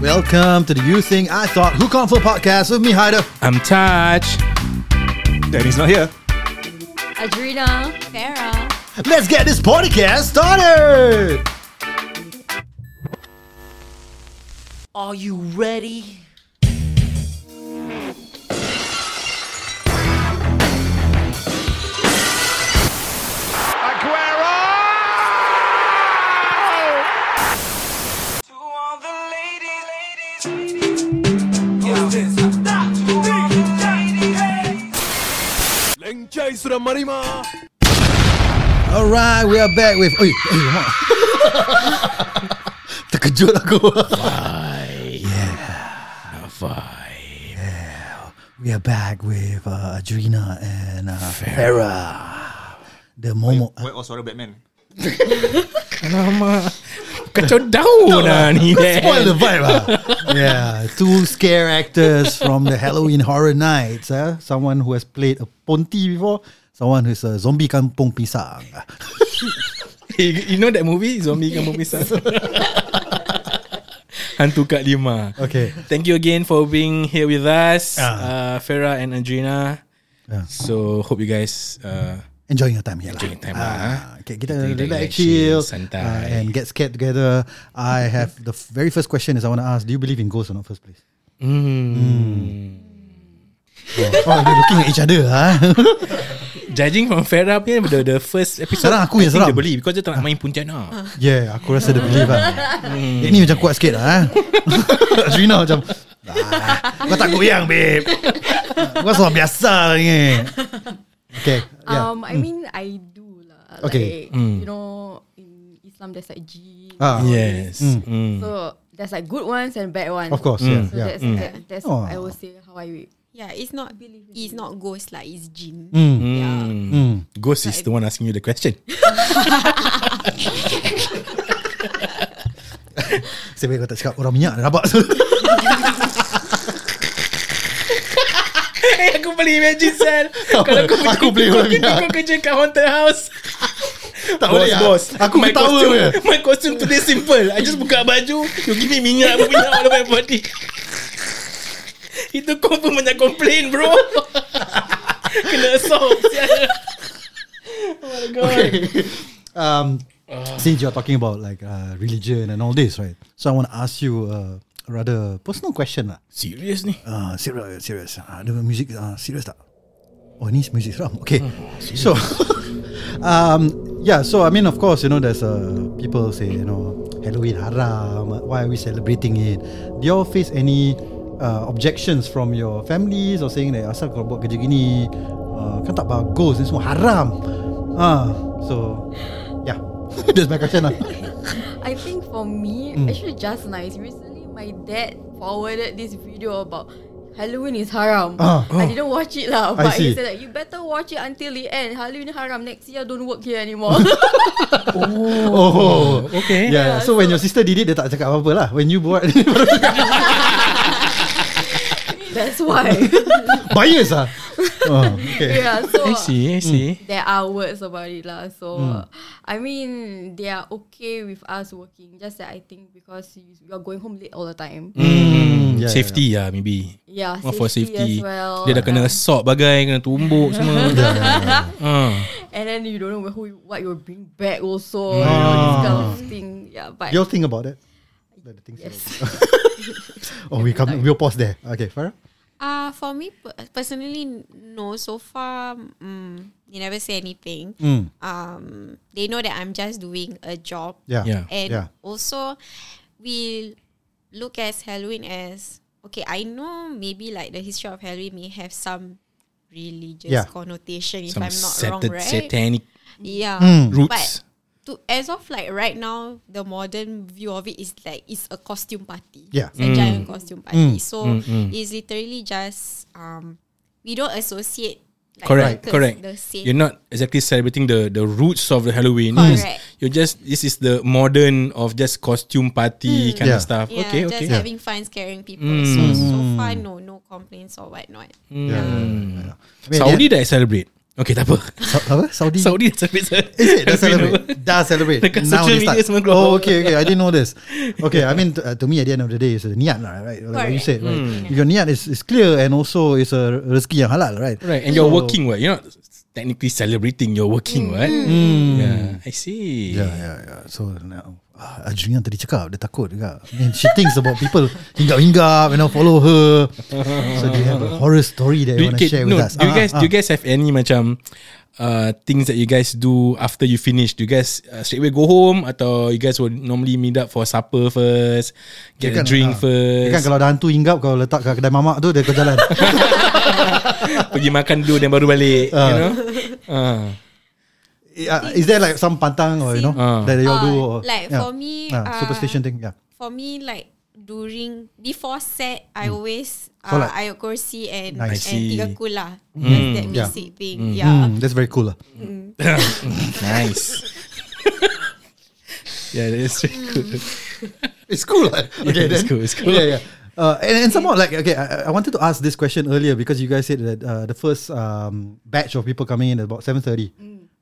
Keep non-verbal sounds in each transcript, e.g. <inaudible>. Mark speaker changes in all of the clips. Speaker 1: Welcome to the You Thing I Thought Who Can't Full podcast with me, Haida.
Speaker 2: I'm Taj.
Speaker 3: Danny's not here.
Speaker 4: Adrena, Farah.
Speaker 1: Let's get this podcast started.
Speaker 5: Are you ready?
Speaker 6: To all the ladies, ladies, ladies. Yo, this. Stop. To all the ladies, ladies.
Speaker 1: All right, we are back with. Oi, oi, mak. <laughs> Terkejut aku. We are back with uh, Adrena and uh, Farah. The Momo.
Speaker 3: Wait, oh, sorry, Batman.
Speaker 2: Alamak. Kacau daun lah
Speaker 1: <laughs>
Speaker 2: ni. <laughs>
Speaker 1: Spoil the vibe ah. Yeah, two scare actors from the Halloween Horror Nights. Ah, Someone who has played a Ponti before, someone who's a zombie kampung pisang.
Speaker 2: You you know that movie? Zombie Kamu Pisang. <laughs> Hantu Kak Lima.
Speaker 1: Okay.
Speaker 2: Thank you again for being here with us,
Speaker 1: Ah.
Speaker 2: uh, Farah and Adrena.
Speaker 1: Yeah.
Speaker 2: So hope you guys uh,
Speaker 1: Enjoying your time here lah.
Speaker 2: Enjoying time
Speaker 1: Ah,
Speaker 2: lah, ah.
Speaker 1: okay, kita
Speaker 2: Kita
Speaker 1: relax,
Speaker 2: relax,
Speaker 1: chill,
Speaker 2: santai.
Speaker 1: ah, and get scared together. I have the f- very first question is I want to ask, do you believe in ghosts or not first place? Hmm. Oh, oh you're looking at each other ah. <laughs>
Speaker 2: judging from Farah punya the, the first episode.
Speaker 1: Seram aku
Speaker 2: I
Speaker 1: yang
Speaker 2: think
Speaker 1: seram. Ah.
Speaker 2: Dia beli because dia tak nak main Pontianak.
Speaker 1: yeah, aku rasa dia believe ah. Ini macam kuat sikit lah ah. <laughs> Azrina macam ah, Kau tak goyang babe Kau seorang biasa ni Okay yeah. Mm.
Speaker 4: Um, I mean, I do lah.
Speaker 1: Okay. Mm.
Speaker 4: Like, You know, in Islam there's like jinn.
Speaker 1: Ah,
Speaker 2: Yes. Mm.
Speaker 4: So there's like good ones and bad ones.
Speaker 1: Of course
Speaker 4: So
Speaker 1: yeah, yeah.
Speaker 4: that's that, that's
Speaker 1: Oh.
Speaker 4: I will say how I
Speaker 7: Yeah, it's not it's not ghost like it's gym.
Speaker 1: Mm. Hmm.
Speaker 2: Hmm. Ghost is the one asking you the question.
Speaker 1: Saya baik kau tak cakap Orang minyak dah rabak <laughs>
Speaker 2: Eh, aku boleh imagine Sal Kalau aku,
Speaker 1: Aku boleh
Speaker 2: kau,
Speaker 1: imagine.
Speaker 2: kerja, kau kerja kat haunted house
Speaker 1: Tak boleh ah. Aku
Speaker 2: my
Speaker 1: ketawa
Speaker 2: costume,
Speaker 1: je.
Speaker 2: My costume today simple I just buka baju You give me minyak Aku minyak all over my body Itu kau pun banyak complain bro Kena assault ya. sial.
Speaker 1: <laughs> um, Since you're talking about like uh, Religion and all this right So I want to ask you uh, a Rather personal question lah
Speaker 2: Serius ni
Speaker 1: uh, Serious Serious uh, Ada music uh, Serious tak Oh ni music seram Okay So <laughs> um, Yeah so I mean of course You know there's uh, People say you know Halloween haram Why are we celebrating it Do you all face any uh, Objections from your families Or saying that Asal kalau buat kerja gini uh, Kan tak bagus Ni semua haram Ah, So Yeah <laughs> That's my question lah
Speaker 4: I think for me,
Speaker 1: Mm.
Speaker 4: actually just nice. Recently, my dad forwarded this video about Halloween is haram.
Speaker 1: Ah.
Speaker 4: I didn't watch it lah,
Speaker 1: I
Speaker 4: but
Speaker 1: see.
Speaker 4: he said that you better watch it until the end. Halloween haram next year don't work here
Speaker 1: <laughs>
Speaker 4: anymore. <laughs>
Speaker 1: Oh
Speaker 2: Okay
Speaker 1: Yeah, yeah. So, when your sister did it Dia tak cakap apa-apa lah When you buat <laughs>
Speaker 4: That's why.
Speaker 1: Bias ah oh, Okay
Speaker 4: yeah. So
Speaker 2: I
Speaker 1: Hmm.
Speaker 2: see I see
Speaker 4: there are words about it lah. So
Speaker 2: Hmm.
Speaker 4: I mean they are okay with us working. Just that I think because you, you're going home late all the time.
Speaker 2: Hmm,
Speaker 1: yeah,
Speaker 2: safety lah maybe
Speaker 4: Yeah,
Speaker 2: More for safety
Speaker 4: as well.
Speaker 2: Dia dah
Speaker 1: Ya.
Speaker 2: kena
Speaker 4: Yeah.
Speaker 2: assault bagai Kena tumbuk
Speaker 1: <laughs>
Speaker 2: semua Ah.
Speaker 4: and then you don't know who you- what you're bring back
Speaker 2: Hmm.
Speaker 4: also you know, this kind of thing yeah but
Speaker 1: You'll think about it. Like the things
Speaker 4: yes
Speaker 1: Oh, we come. We'll pause there. Okay, Farah.
Speaker 7: Uh for me per- personally no so far mm, they never say anything.
Speaker 1: Mm.
Speaker 7: Um they know that I'm just doing a job
Speaker 1: Yeah.
Speaker 2: Yeah.
Speaker 7: and
Speaker 1: yeah.
Speaker 7: also we look at Halloween as okay, I know maybe like the history of Halloween may have some religious
Speaker 1: Yeah.
Speaker 7: connotation if
Speaker 2: Some
Speaker 7: I'm not
Speaker 2: satan-
Speaker 7: wrong, right?
Speaker 2: satanic
Speaker 7: Yeah.
Speaker 1: Mm.
Speaker 2: roots
Speaker 7: But to as of like right now, the modern view of it is like it's a costume party.
Speaker 1: Yeah. Mm.
Speaker 7: It's a
Speaker 2: Mm.
Speaker 7: giant costume party. So it's literally just um we don't associate like
Speaker 2: correct
Speaker 7: the,
Speaker 2: correct
Speaker 7: the same.
Speaker 2: you're not exactly celebrating the the roots of the halloween
Speaker 7: Correct.
Speaker 2: It's- you're just this is the modern of just costume party kind of
Speaker 1: Yeah.
Speaker 2: stuff
Speaker 7: Hmm. yeah,
Speaker 2: okay
Speaker 7: just
Speaker 2: okay Mm.
Speaker 7: having fun scaring people. So so far no no complaints or whatnot.
Speaker 1: Yeah. yeah. I mean,
Speaker 2: saudi that i celebrate Okay,
Speaker 1: <laughs>
Speaker 2: tak apa.
Speaker 1: Sa- apa? Saudi?
Speaker 2: Saudi dah celebrate. sir.
Speaker 1: Is
Speaker 2: <laughs>
Speaker 1: it? Dah
Speaker 2: Every
Speaker 1: celebrate.
Speaker 2: November.
Speaker 1: Dah celebrate.
Speaker 2: Dekat
Speaker 1: Now
Speaker 2: social
Speaker 1: they
Speaker 2: media
Speaker 1: start.
Speaker 2: semua keluar.
Speaker 1: Oh, okay, okay. I didn't know this. Okay, I mean, to, uh, to me, at the end of the day, it's a niyat lah, right? Like what you said, right? If Your niyat is, is clear and also it's a rezeki yang halal, right?
Speaker 2: Right, and
Speaker 1: Oh.
Speaker 2: you're working, right? You're not technically celebrating, you're
Speaker 7: Hmm.
Speaker 2: working, right? Yeah, I see.
Speaker 1: Hmm. Yeah, yeah, yeah. Ya, So now, ah, Adrian tadi cakap dia takut juga. Man, she thinks about people hinggap-hinggap, you know, follow her. So do you have a horror story that
Speaker 2: Do
Speaker 1: you
Speaker 2: you,
Speaker 1: want to
Speaker 2: okay,
Speaker 1: share
Speaker 2: no,
Speaker 1: with us?
Speaker 2: do you
Speaker 1: Ah,
Speaker 2: guys
Speaker 1: ah,
Speaker 2: do you guys have any macam uh, things that you guys do after you finish? Do you guys uh, straight away go home atau you guys will normally meet up for supper first, get
Speaker 1: Dia
Speaker 2: a
Speaker 1: kan,
Speaker 2: drink
Speaker 1: ah, dia
Speaker 2: first,
Speaker 1: Kan kalau ada hantu hinggap Kau letak kat kedai mamak tu Dia kau
Speaker 7: <laughs>
Speaker 1: jalan
Speaker 2: pergi makan dulu dan baru balik, you
Speaker 1: Ah.
Speaker 2: know? Uh,
Speaker 1: Yeah, Eh, ah, Is there like some pantang Or you know
Speaker 2: Ah.
Speaker 1: That you all do or,
Speaker 7: Uh, like
Speaker 1: yeah.
Speaker 7: for me,
Speaker 1: Ah,
Speaker 7: uh,
Speaker 1: Superstition thing yeah.
Speaker 7: For me, like during before set, I
Speaker 2: Mm.
Speaker 7: always uh,
Speaker 1: Solat.
Speaker 7: ayat kursi and
Speaker 1: Nice.
Speaker 2: I
Speaker 7: and
Speaker 2: see.
Speaker 7: tiga kula.
Speaker 2: Mm.
Speaker 7: That's that
Speaker 1: Yeah.
Speaker 7: basic thing. Yeah.
Speaker 1: Mm, That's very cool lah
Speaker 2: nice. <laughs> yeah, that's very good.
Speaker 1: It's cool. lah. Okay, then.
Speaker 2: it's cool, it's cool.
Speaker 1: Yeah, yeah. Uh, and, and somehow, like, okay, I, I wanted to ask this question earlier because you guys said that uh, the first um, batch of people coming in at about 7.30.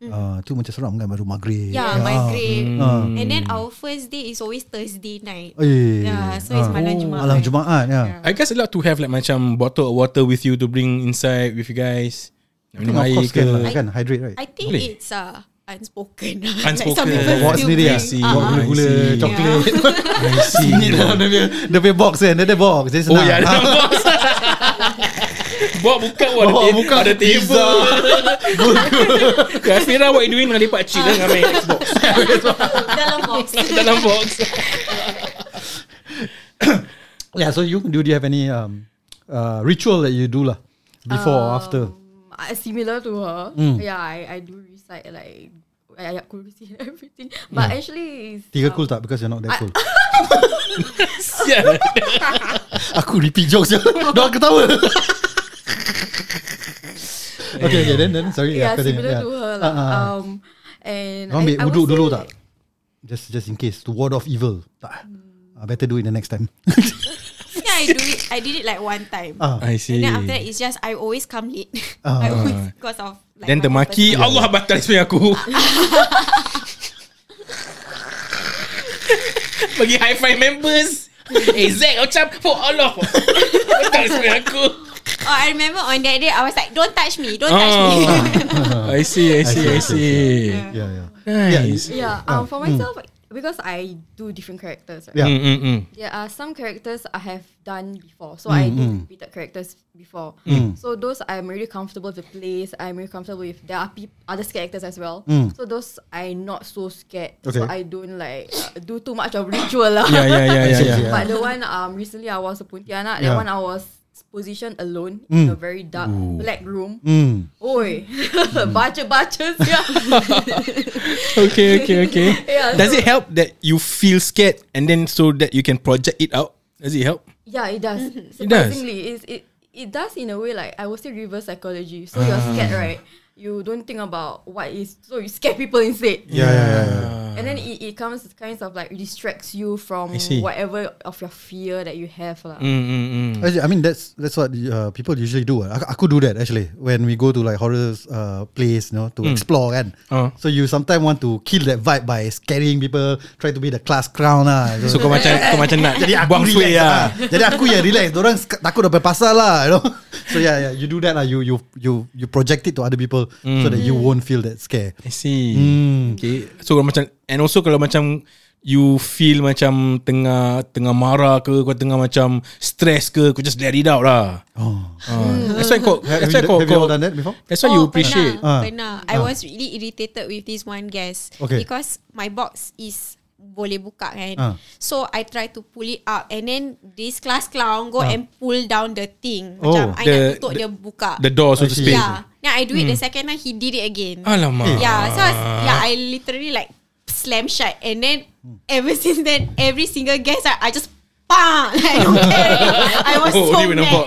Speaker 1: Uh, tu macam seram kan, baru maghrib.
Speaker 7: Yeah, my grave.
Speaker 1: Ah.
Speaker 7: And then our first day is always Thursday night.
Speaker 1: Oh, yeah, yeah, yeah.
Speaker 7: Yeah, Ya, so it's
Speaker 1: Ah.
Speaker 7: malam
Speaker 1: Oh,
Speaker 7: Jumaat.
Speaker 1: Malam Jumaat, yeah.
Speaker 2: I guess allowed to have like macam bottle of water with you to bring inside with you guys.
Speaker 1: I think
Speaker 2: Minum
Speaker 1: of
Speaker 2: air
Speaker 1: course
Speaker 2: ke.
Speaker 1: can lah, kan, hydrate, right?
Speaker 7: I think
Speaker 2: Boleh?
Speaker 7: it's uh, unspoken. <laughs> like
Speaker 2: Unspoken.
Speaker 7: some people
Speaker 1: Bawa
Speaker 7: still
Speaker 1: sendiri lah.
Speaker 7: bring-
Speaker 2: I see.
Speaker 1: Bawa
Speaker 2: I
Speaker 7: Ah,
Speaker 1: gula-gula, <laughs>
Speaker 2: see.
Speaker 1: coklat.
Speaker 2: I
Speaker 1: <laughs>
Speaker 2: see.
Speaker 1: Ni lah dia punya- dia punya box kan, dia ada box. Dia
Speaker 2: Oh <laughs>
Speaker 1: senang. Ah,
Speaker 2: ya, ada box. Bawa buka wah,
Speaker 1: Bawa
Speaker 2: ada table,
Speaker 1: buka
Speaker 2: ada table. Ya, Fira, what you doing dengan lepak cik lah, dengan main Xbox
Speaker 7: <laughs> Dalam box.
Speaker 2: <laughs> dalam lah, box.
Speaker 1: Yeah, so you, do you have any um, uh, ritual that you do lah? Before or after?
Speaker 4: <laughs> Uh, similar to her.
Speaker 2: Hmm.
Speaker 4: Yeah, I, I do recite like ayat kursi and <laughs> everything.
Speaker 2: Hmm.
Speaker 4: But actually, it's,
Speaker 1: Tiga
Speaker 4: um,
Speaker 1: cool tak? Because you're not that
Speaker 4: <laughs>
Speaker 1: cool.
Speaker 2: Yeah.
Speaker 1: Aku repeat jokes je Diorang ketawa Okay okay then, then Sorry
Speaker 4: yeah,
Speaker 1: continue,
Speaker 4: Ya, similar to her lah.
Speaker 1: Ah, ah.
Speaker 4: Um, and
Speaker 1: Diorang ambil
Speaker 4: I
Speaker 1: wuduk
Speaker 4: would
Speaker 1: dulu
Speaker 4: say-
Speaker 1: tak Just just in case To ward off evil Tak
Speaker 4: Hmm.
Speaker 1: Ah, Better do it the next time
Speaker 7: <laughs> yeah, I do it. I did it like one time.
Speaker 1: Ah,
Speaker 2: I see.
Speaker 7: And then after that, it's just I always come late. <laughs>
Speaker 1: Ah.
Speaker 7: I always because of like
Speaker 2: Then
Speaker 7: my own
Speaker 2: termaki Allah batal SP aku Bagi high five members Eh Zack macam For Allah Batal SP aku
Speaker 7: personality. Oh, I remember on that day I was like, "Don't touch me! Don't touch
Speaker 2: Oh.
Speaker 7: me!"
Speaker 2: I
Speaker 7: <laughs>
Speaker 2: see I see I see
Speaker 1: Yeah yeah
Speaker 2: Nice
Speaker 4: Yeah, um, for myself, because I do different characters, right?
Speaker 1: Yeah.
Speaker 2: Mm, mm, mm.
Speaker 4: There are some characters I have done before, so I do repeated characters before. So those I'm really comfortable with the place. I'm really comfortable with. There are peop- other scared actors as well. So those I not so scared. So
Speaker 1: Okay.
Speaker 4: I don't like uh, do too much of ritual lah.
Speaker 2: <laughs> Yeah yeah yeah yeah,
Speaker 1: see,
Speaker 2: yeah.
Speaker 4: But the one um recently I was a Pontianak.
Speaker 1: Yeah.
Speaker 4: That one I was positioned alone in a very dark black room.
Speaker 1: Hmm.
Speaker 4: Oi, <laughs> baca baca yeah.
Speaker 2: Okay okay okay
Speaker 4: Yeah,
Speaker 2: Does
Speaker 4: so-
Speaker 2: it help that you feel scared And then so that you can project it out Does it help?
Speaker 4: Yeah, it does.
Speaker 2: It does.
Speaker 4: Surprisingly, it it it does in a way like I will say reverse psychology. So you're
Speaker 2: Ah.
Speaker 4: scared, right? You don't think about what is so you scare people instead.
Speaker 1: Yeah yeah yeah, yeah.
Speaker 4: And then it, it comes kind of like distracts you from
Speaker 2: Ah. I see.
Speaker 4: whatever of your fear that you have. lah.
Speaker 2: Mm, mm, mm.
Speaker 1: Actually, I mean that's that's what uh, people usually do. Aku, aku do that actually when we go to like horror uh, place, you know,
Speaker 2: Hmm.
Speaker 1: to explore kan.
Speaker 2: Ah.
Speaker 1: So you sometimes want to kill that vibe by scaring people, try to be the class crown lah.
Speaker 2: So kau macam Kau macam nak
Speaker 1: Jadi aku
Speaker 2: Buang ah.
Speaker 1: relax
Speaker 2: sway
Speaker 1: lah.
Speaker 2: lah
Speaker 1: Jadi aku yang relax. Orang takut dapat pasal lah, you know. <laughs> So yeah, yeah, you do that lah. You you you you project it to other people
Speaker 2: Hmm.
Speaker 1: so that you won't feel that scare.
Speaker 2: I see.
Speaker 1: Hmm.
Speaker 2: Okay. So kalau macam and also kalau macam you feel macam tengah tengah marah ke kau tengah macam stress ke kau just let it out lah.
Speaker 1: Oh.
Speaker 2: Uh, that's why kau
Speaker 1: Have,
Speaker 2: that's
Speaker 1: you,
Speaker 2: why kau
Speaker 1: have you all
Speaker 2: kau
Speaker 1: done that before?
Speaker 2: that's why you appreciate.
Speaker 7: Hmm. Pernah,
Speaker 1: Ah.
Speaker 7: pernah. Oh, I was really irritated with this one guest
Speaker 1: Okay.
Speaker 7: because my box is boleh buka kan.
Speaker 1: Ah.
Speaker 7: So I try to pull it up and then this class clown go and pull down the thing.
Speaker 1: Oh,
Speaker 7: Macam I
Speaker 2: the-
Speaker 7: nak tutup
Speaker 2: the-
Speaker 7: dia buka.
Speaker 2: The door so
Speaker 1: I
Speaker 2: to
Speaker 1: see.
Speaker 2: speak.
Speaker 7: yeah. Then I do it the second time he did it again.
Speaker 2: Alamak. Ah.
Speaker 7: Yeah, so I was, yeah, I <laughs> literally <laughs> like slam shut and then ever since then every single guest I, I just Bang! I don't care. I was
Speaker 2: Oh,
Speaker 7: so
Speaker 2: dia
Speaker 7: mad.
Speaker 2: nampak.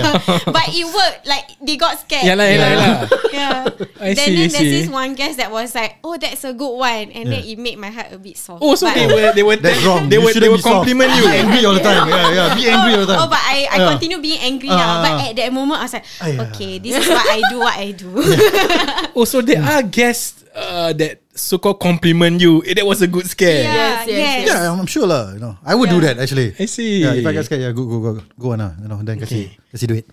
Speaker 7: <laughs> but it worked. Like they got scared.
Speaker 2: Yalah, yalah, yalah.
Speaker 1: <laughs>
Speaker 7: Yeah.
Speaker 2: I
Speaker 7: then
Speaker 2: see,
Speaker 7: then
Speaker 2: I
Speaker 7: there's
Speaker 2: see.
Speaker 7: this one guest that was like, "Oh, that's a good one," and then it made my heart a bit soft.
Speaker 2: Oh, so
Speaker 7: But-
Speaker 2: they
Speaker 7: <laughs>
Speaker 2: were they were
Speaker 1: That's wrong. You
Speaker 2: They were they
Speaker 1: shouldn't
Speaker 2: were
Speaker 1: be soft.
Speaker 2: compliment
Speaker 1: Be
Speaker 2: you.
Speaker 1: angry all the time. Yeah, yeah. Be angry all the
Speaker 7: Oh,
Speaker 1: time.
Speaker 7: but I, I
Speaker 1: Yeah.
Speaker 7: continue being angry
Speaker 1: Ah,
Speaker 7: now.
Speaker 1: ah, ah.
Speaker 7: But at that moment, I was like,
Speaker 1: Aiyah.
Speaker 7: okay, this is what I do, what I
Speaker 1: <laughs>
Speaker 7: do.
Speaker 2: Oh, so there are guests uh, that so called compliment you. Eh, that was a good scare.
Speaker 7: <laughs> yeah,
Speaker 4: Yes, yes, yes.
Speaker 1: Yeah, I'm sure lah. You know, I would do that actually.
Speaker 2: I see.
Speaker 1: Yeah, if I get scared, yeah, go go go go on lah. You know, then kasih kasih duit.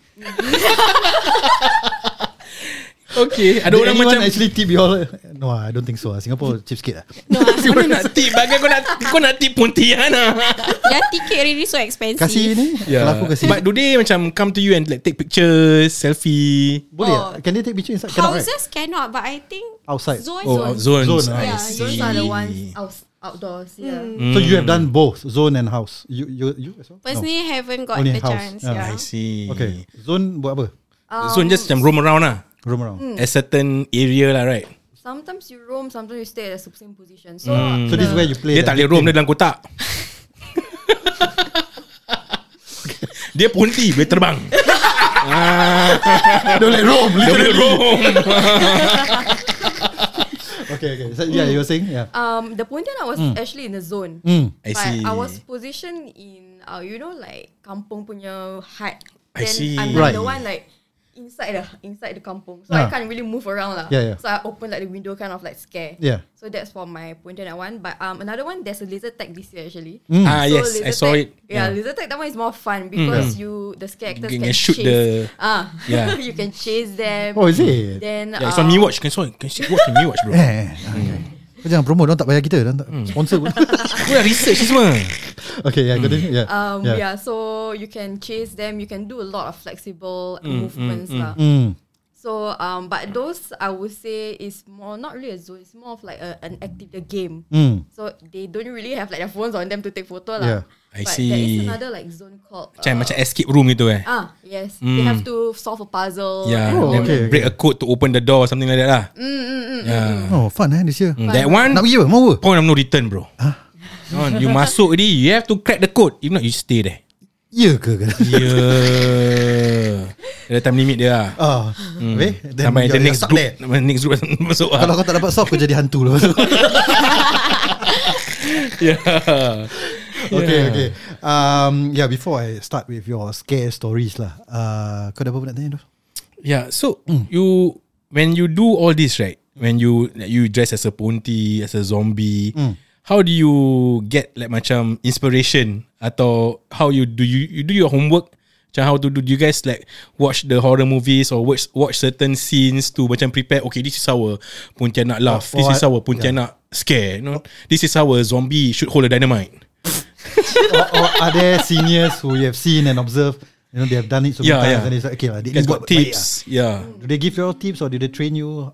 Speaker 2: Okay, ada
Speaker 1: Did
Speaker 2: orang
Speaker 1: anyone
Speaker 2: macam <laughs>
Speaker 1: actually tip you all? No, I don't think so. ah. Singapore cheapskate lah.
Speaker 7: No, I'm
Speaker 2: Mana nak tip Bagai kau nak Kau nak tip Pontianak
Speaker 7: their ticket really so expensive.
Speaker 1: Kasih
Speaker 2: <laughs>
Speaker 1: ni, yeah. aku kasih.
Speaker 2: But do they Ya. macam Come to you and like Take pictures Selfie
Speaker 1: Boleh
Speaker 7: Oh.
Speaker 1: oh. Can they take picture inside? Cannot, right?
Speaker 7: Houses cannot, but I think
Speaker 1: Outside.
Speaker 7: zones.
Speaker 2: Oh, zones,
Speaker 7: zones.
Speaker 1: Zone,
Speaker 2: I
Speaker 1: ah.
Speaker 7: Yeah,
Speaker 2: see.
Speaker 4: Those are the ones out, outdoors. Yeah.
Speaker 1: So you have done both zone and house. You you you as well? No.
Speaker 7: Personally, haven't got
Speaker 1: Only
Speaker 7: the
Speaker 1: house.
Speaker 7: chance.
Speaker 1: Yeah.
Speaker 7: Yeah.
Speaker 2: I see
Speaker 1: Okay. Zone buat apa?
Speaker 2: Zone just macam roam around lah
Speaker 1: Roam around.
Speaker 2: A certain area lah right
Speaker 4: Sometimes you roam, sometimes you stay at the same position. So,
Speaker 2: Mm.
Speaker 1: So this is where you play.
Speaker 2: Dia tak boleh roam Dia dalam kotak <laughs> Dia ponti Boleh terbang
Speaker 1: <laughs> Don't let Ah. roam.
Speaker 2: Dia boleh roam
Speaker 1: okay, okay. So, yeah, you were saying? Yeah.
Speaker 4: um, the Pontianak was actually in the zone.
Speaker 1: Mm.
Speaker 2: I
Speaker 4: but
Speaker 2: see
Speaker 4: I was positioned in, uh, you know, like kampung punya hut.
Speaker 2: I
Speaker 4: Then
Speaker 2: see.
Speaker 4: I'm
Speaker 1: Right.
Speaker 4: like the one like inside the inside the kampung, so
Speaker 1: Ah.
Speaker 4: I can't really move around lah.
Speaker 1: Yeah, yeah.
Speaker 4: So I open like the window, kind of like scare.
Speaker 1: Yeah.
Speaker 4: So that's for my Pontianak one. But um, another one there's a laser tag this year actually.
Speaker 2: Ah
Speaker 4: So
Speaker 2: yes I
Speaker 4: laser
Speaker 2: saw
Speaker 4: tag-
Speaker 2: it
Speaker 4: Yeah, laser tag that one is more fun because you the scare actors
Speaker 2: You
Speaker 4: can,
Speaker 2: can shoot
Speaker 4: chase.
Speaker 2: the-
Speaker 4: ah
Speaker 2: Yeah.
Speaker 4: <laughs> you can chase them.
Speaker 1: Oh, is it?
Speaker 4: Then
Speaker 2: Yeah, it's on Me Watch. Can you can you watch on Me Watch,
Speaker 1: Eh,
Speaker 2: bro?
Speaker 1: Eh. Okay. Kau jangan promote, orang tak bayar kita, orang tak
Speaker 2: Hmm.
Speaker 1: sponsor pun. <laughs>
Speaker 2: Aku dah research ni semua.
Speaker 1: okay, yeah, continue. Yeah.
Speaker 4: Um, yeah. so you can chase them. You can do a lot of flexible
Speaker 2: mm,
Speaker 4: movements, lah.
Speaker 1: Mm.
Speaker 4: So, um, but those I would say is more not really a zoo. It's more of like a, an active a game.
Speaker 1: Mm.
Speaker 4: So they don't really have like their phones on them to take photo,
Speaker 1: Yeah.
Speaker 4: lah.
Speaker 2: I
Speaker 4: but There
Speaker 2: see.
Speaker 4: is another like zone called
Speaker 2: Macam
Speaker 4: uh,
Speaker 2: macam escape room gitu eh.
Speaker 4: ah yes. They have to solve a puzzle.
Speaker 2: Yeah,
Speaker 4: and
Speaker 1: Oh,
Speaker 4: all
Speaker 2: then
Speaker 1: okay,
Speaker 4: that.
Speaker 2: break a code to open the door or something like that lah. Mm, mm, yeah.
Speaker 1: Oh, fun eh this year.
Speaker 2: Mm, That one
Speaker 1: Nak pergi apa? Mau apa?
Speaker 2: point of no return, bro. Huh? you masuk ni, you have to crack the code. If not, you stay there.
Speaker 1: Ya ke?
Speaker 2: Yeah. Ada time limit dia lah.
Speaker 1: Ah, weh, then
Speaker 2: Sampai the
Speaker 1: you're-
Speaker 2: next
Speaker 1: you're stuck
Speaker 2: group
Speaker 1: there.
Speaker 2: sampai Next group <laughs> masuk
Speaker 1: Kalau
Speaker 2: lah
Speaker 1: kau tak dapat solve Kau jadi hantu lah
Speaker 2: Yeah
Speaker 1: Okay okay um, Yeah before I start With your scare stories lah uh, Kau ada apa nak tanya tu?
Speaker 2: Yeah, Ya, so you when you do all this, right? When you like, you dress as a ponti, as a zombie, how do you get like macam inspiration atau how you do you, you do your homework? Macam how to do, do you guys like watch the horror movies or watch watch certain scenes to macam prepare? Okay, this is our Pontianak laugh.
Speaker 1: Oh,
Speaker 2: this is
Speaker 1: I-
Speaker 2: our Pontianak scare. You know? This is our zombie should hold a dynamite.
Speaker 1: or, or are there seniors Who you have seen and observed You know they have done it So many
Speaker 2: Yeah,
Speaker 1: times
Speaker 2: yeah.
Speaker 1: And it's like Okay lah
Speaker 2: You
Speaker 1: they
Speaker 2: guys
Speaker 1: buat
Speaker 2: got
Speaker 1: baik
Speaker 2: tips, yeah,
Speaker 1: lah. Do they give you all tips Or do they train you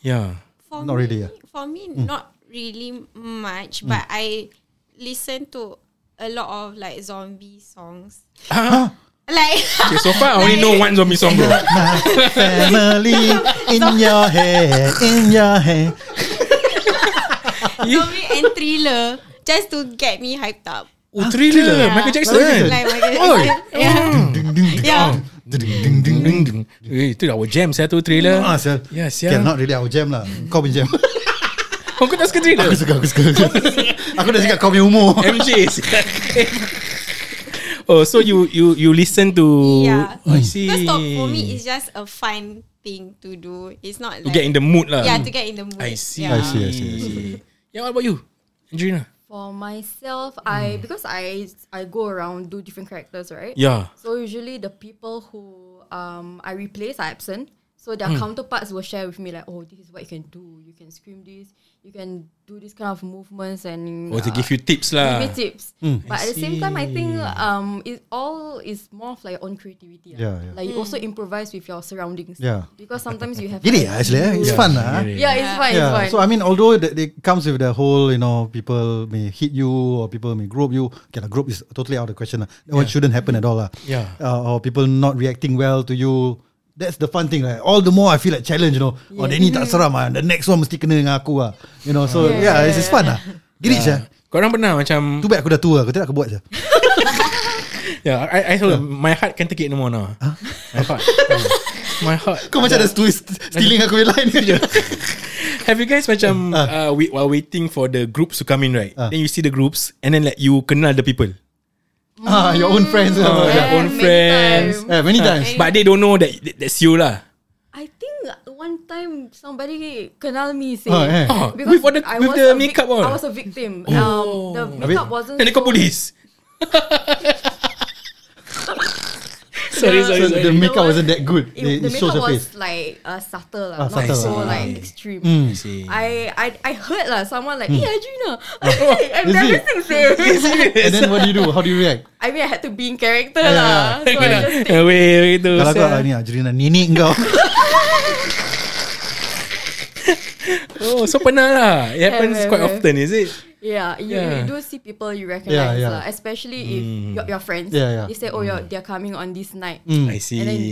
Speaker 2: yeah.
Speaker 7: For
Speaker 1: Not
Speaker 7: me,
Speaker 1: really, yeah. Mm.
Speaker 7: For me, not really much, but I listen to a lot of like zombie songs.
Speaker 2: Ah,
Speaker 7: Like, <laughs>
Speaker 2: okay, so far I only know one zombie <laughs> song, bro.
Speaker 1: My family In your head In your head
Speaker 7: zombie and thriller just to get me hyped up.
Speaker 2: Oh, thriller,
Speaker 7: Yeah.
Speaker 2: Michael Jackson. Oh.
Speaker 1: Michael
Speaker 7: Like, my God. yeah.
Speaker 1: Ding ding ding
Speaker 7: Yeah.
Speaker 1: Ding ding ding ding
Speaker 2: Ding, ding. Eh, itu our jam saya tu trailer.
Speaker 1: Ah, sial.
Speaker 2: Ya, sial.
Speaker 1: Okay, not really our jam lah Kau punya
Speaker 2: <laughs>
Speaker 1: jam
Speaker 2: Oh, kau tak suka <laughs> trailer?
Speaker 1: Aku suka Aku suka Aku dah cakap kau punya umur
Speaker 2: MJ. <laughs> oh, so you you you listen to Oh,
Speaker 7: Yeah.
Speaker 2: I see.
Speaker 7: Because talk for me is just a fun thing to do. It's not
Speaker 2: to
Speaker 7: like
Speaker 2: get in the mood lah.
Speaker 7: yeah to get in the mood.
Speaker 2: I see.
Speaker 1: I
Speaker 7: Yeah.
Speaker 1: see, I see, I
Speaker 2: Yeah, what about you? Angelina.
Speaker 4: For myself, I because I I go around do different characters, right?
Speaker 2: Mm. Yeah.
Speaker 4: So usually the people who um I replace are absent. So their
Speaker 2: Mm.
Speaker 4: counterparts will share with me like, oh, this is what you can do. You can scream this. You can do this kind of movements and.
Speaker 2: Or Oh, to
Speaker 4: uh,
Speaker 2: give you tips
Speaker 1: Ah.
Speaker 2: lah.
Speaker 4: give me tips.
Speaker 1: Hmm.
Speaker 4: But
Speaker 2: I
Speaker 4: at the same time, I think
Speaker 2: see.
Speaker 4: um it all is more of like your own creativity. lah.
Speaker 1: Yeah, yeah.
Speaker 4: Like you also improvise with your surroundings.
Speaker 1: Yeah.
Speaker 4: Because sometimes you have.
Speaker 1: Gini
Speaker 4: like,
Speaker 1: lah actually eh. It's
Speaker 4: you-
Speaker 1: fun lah
Speaker 2: Ya, Gini.
Speaker 4: Yeah, it's fun. It's fun.
Speaker 1: So I mean, although that it comes with the whole, you know, people may hit you or people may group you. Okay, the group is totally out of question. lah. That one shouldn't happen at all. lah.
Speaker 2: Yeah.
Speaker 1: Uh, or people not reacting well to you. That's the fun thing. Like, all the more I feel like challenge, you know. Oh, dia ni tak seram ah. The next one mesti kena dengan aku ah. You know, so yeah, it's, it's fun ah. Gini yeah.
Speaker 2: Korang pernah macam
Speaker 1: Too bad aku dah tua. Aku tidak aku buat je.
Speaker 2: Yeah, I, I told her, my heart can't take it no more now. My heart. my heart.
Speaker 1: Kau macam ada stu- stealing aku punya line je.
Speaker 2: Have you guys macam uh, wait, while waiting for the groups to come in, right?
Speaker 1: Ah.
Speaker 2: Then you see the groups and then like you kenal the people.
Speaker 1: ah, your own friends.
Speaker 2: Uh,
Speaker 1: Uh,
Speaker 2: their
Speaker 4: Yeah,
Speaker 2: own
Speaker 4: many
Speaker 2: friends.
Speaker 4: times.
Speaker 1: yeah, Eh, many times.
Speaker 2: But they don't know that that- that's you lah.
Speaker 4: I think one time somebody kenal me say
Speaker 1: Oh, eh.
Speaker 2: Oh, with all the-
Speaker 4: I
Speaker 2: with
Speaker 4: was
Speaker 2: the
Speaker 4: a vic-
Speaker 2: makeup Oh. all.
Speaker 4: I was a victim. Um, the makeup wasn't.
Speaker 2: Then they Kan call
Speaker 4: so-
Speaker 2: police. sorry, sorry,
Speaker 1: So
Speaker 2: sorry.
Speaker 1: the makeup
Speaker 4: No,
Speaker 1: wasn't that good.
Speaker 4: It,
Speaker 1: They,
Speaker 4: the
Speaker 1: it shows
Speaker 4: makeup
Speaker 1: the face.
Speaker 4: was like uh, subtle,
Speaker 1: Ah,
Speaker 4: lah, not
Speaker 1: subtle,
Speaker 4: so
Speaker 1: ah.
Speaker 4: like extreme.
Speaker 1: Mm.
Speaker 2: See. <laughs>
Speaker 4: I, I I heard lah someone like, hey Arjuna,
Speaker 1: Hmm. <laughs> Is it?
Speaker 4: <laughs> embarrassing sir.
Speaker 1: And then what do you do? How do you react?
Speaker 4: <laughs> I mean I had to be in character
Speaker 1: Yeah,
Speaker 4: lah. So I just
Speaker 1: <laughs>
Speaker 4: take
Speaker 2: Eh, weh, weh, tu.
Speaker 1: Kalau kau ah, ni <laughs> Ajrina nenek kau.
Speaker 2: Oh, so pernah lah. It happens
Speaker 4: Eh, eh,
Speaker 2: quite
Speaker 4: eh.
Speaker 2: often, is it?
Speaker 4: Yeah, you,
Speaker 2: Yeah.
Speaker 4: you do see people you recognize,
Speaker 1: yeah. Hmm.
Speaker 4: lah, especially if your, your friends.
Speaker 1: Yeah, Hmm. yeah.
Speaker 4: They say, oh, you're, they're coming on this night.
Speaker 1: Mm.
Speaker 2: I see.
Speaker 4: And then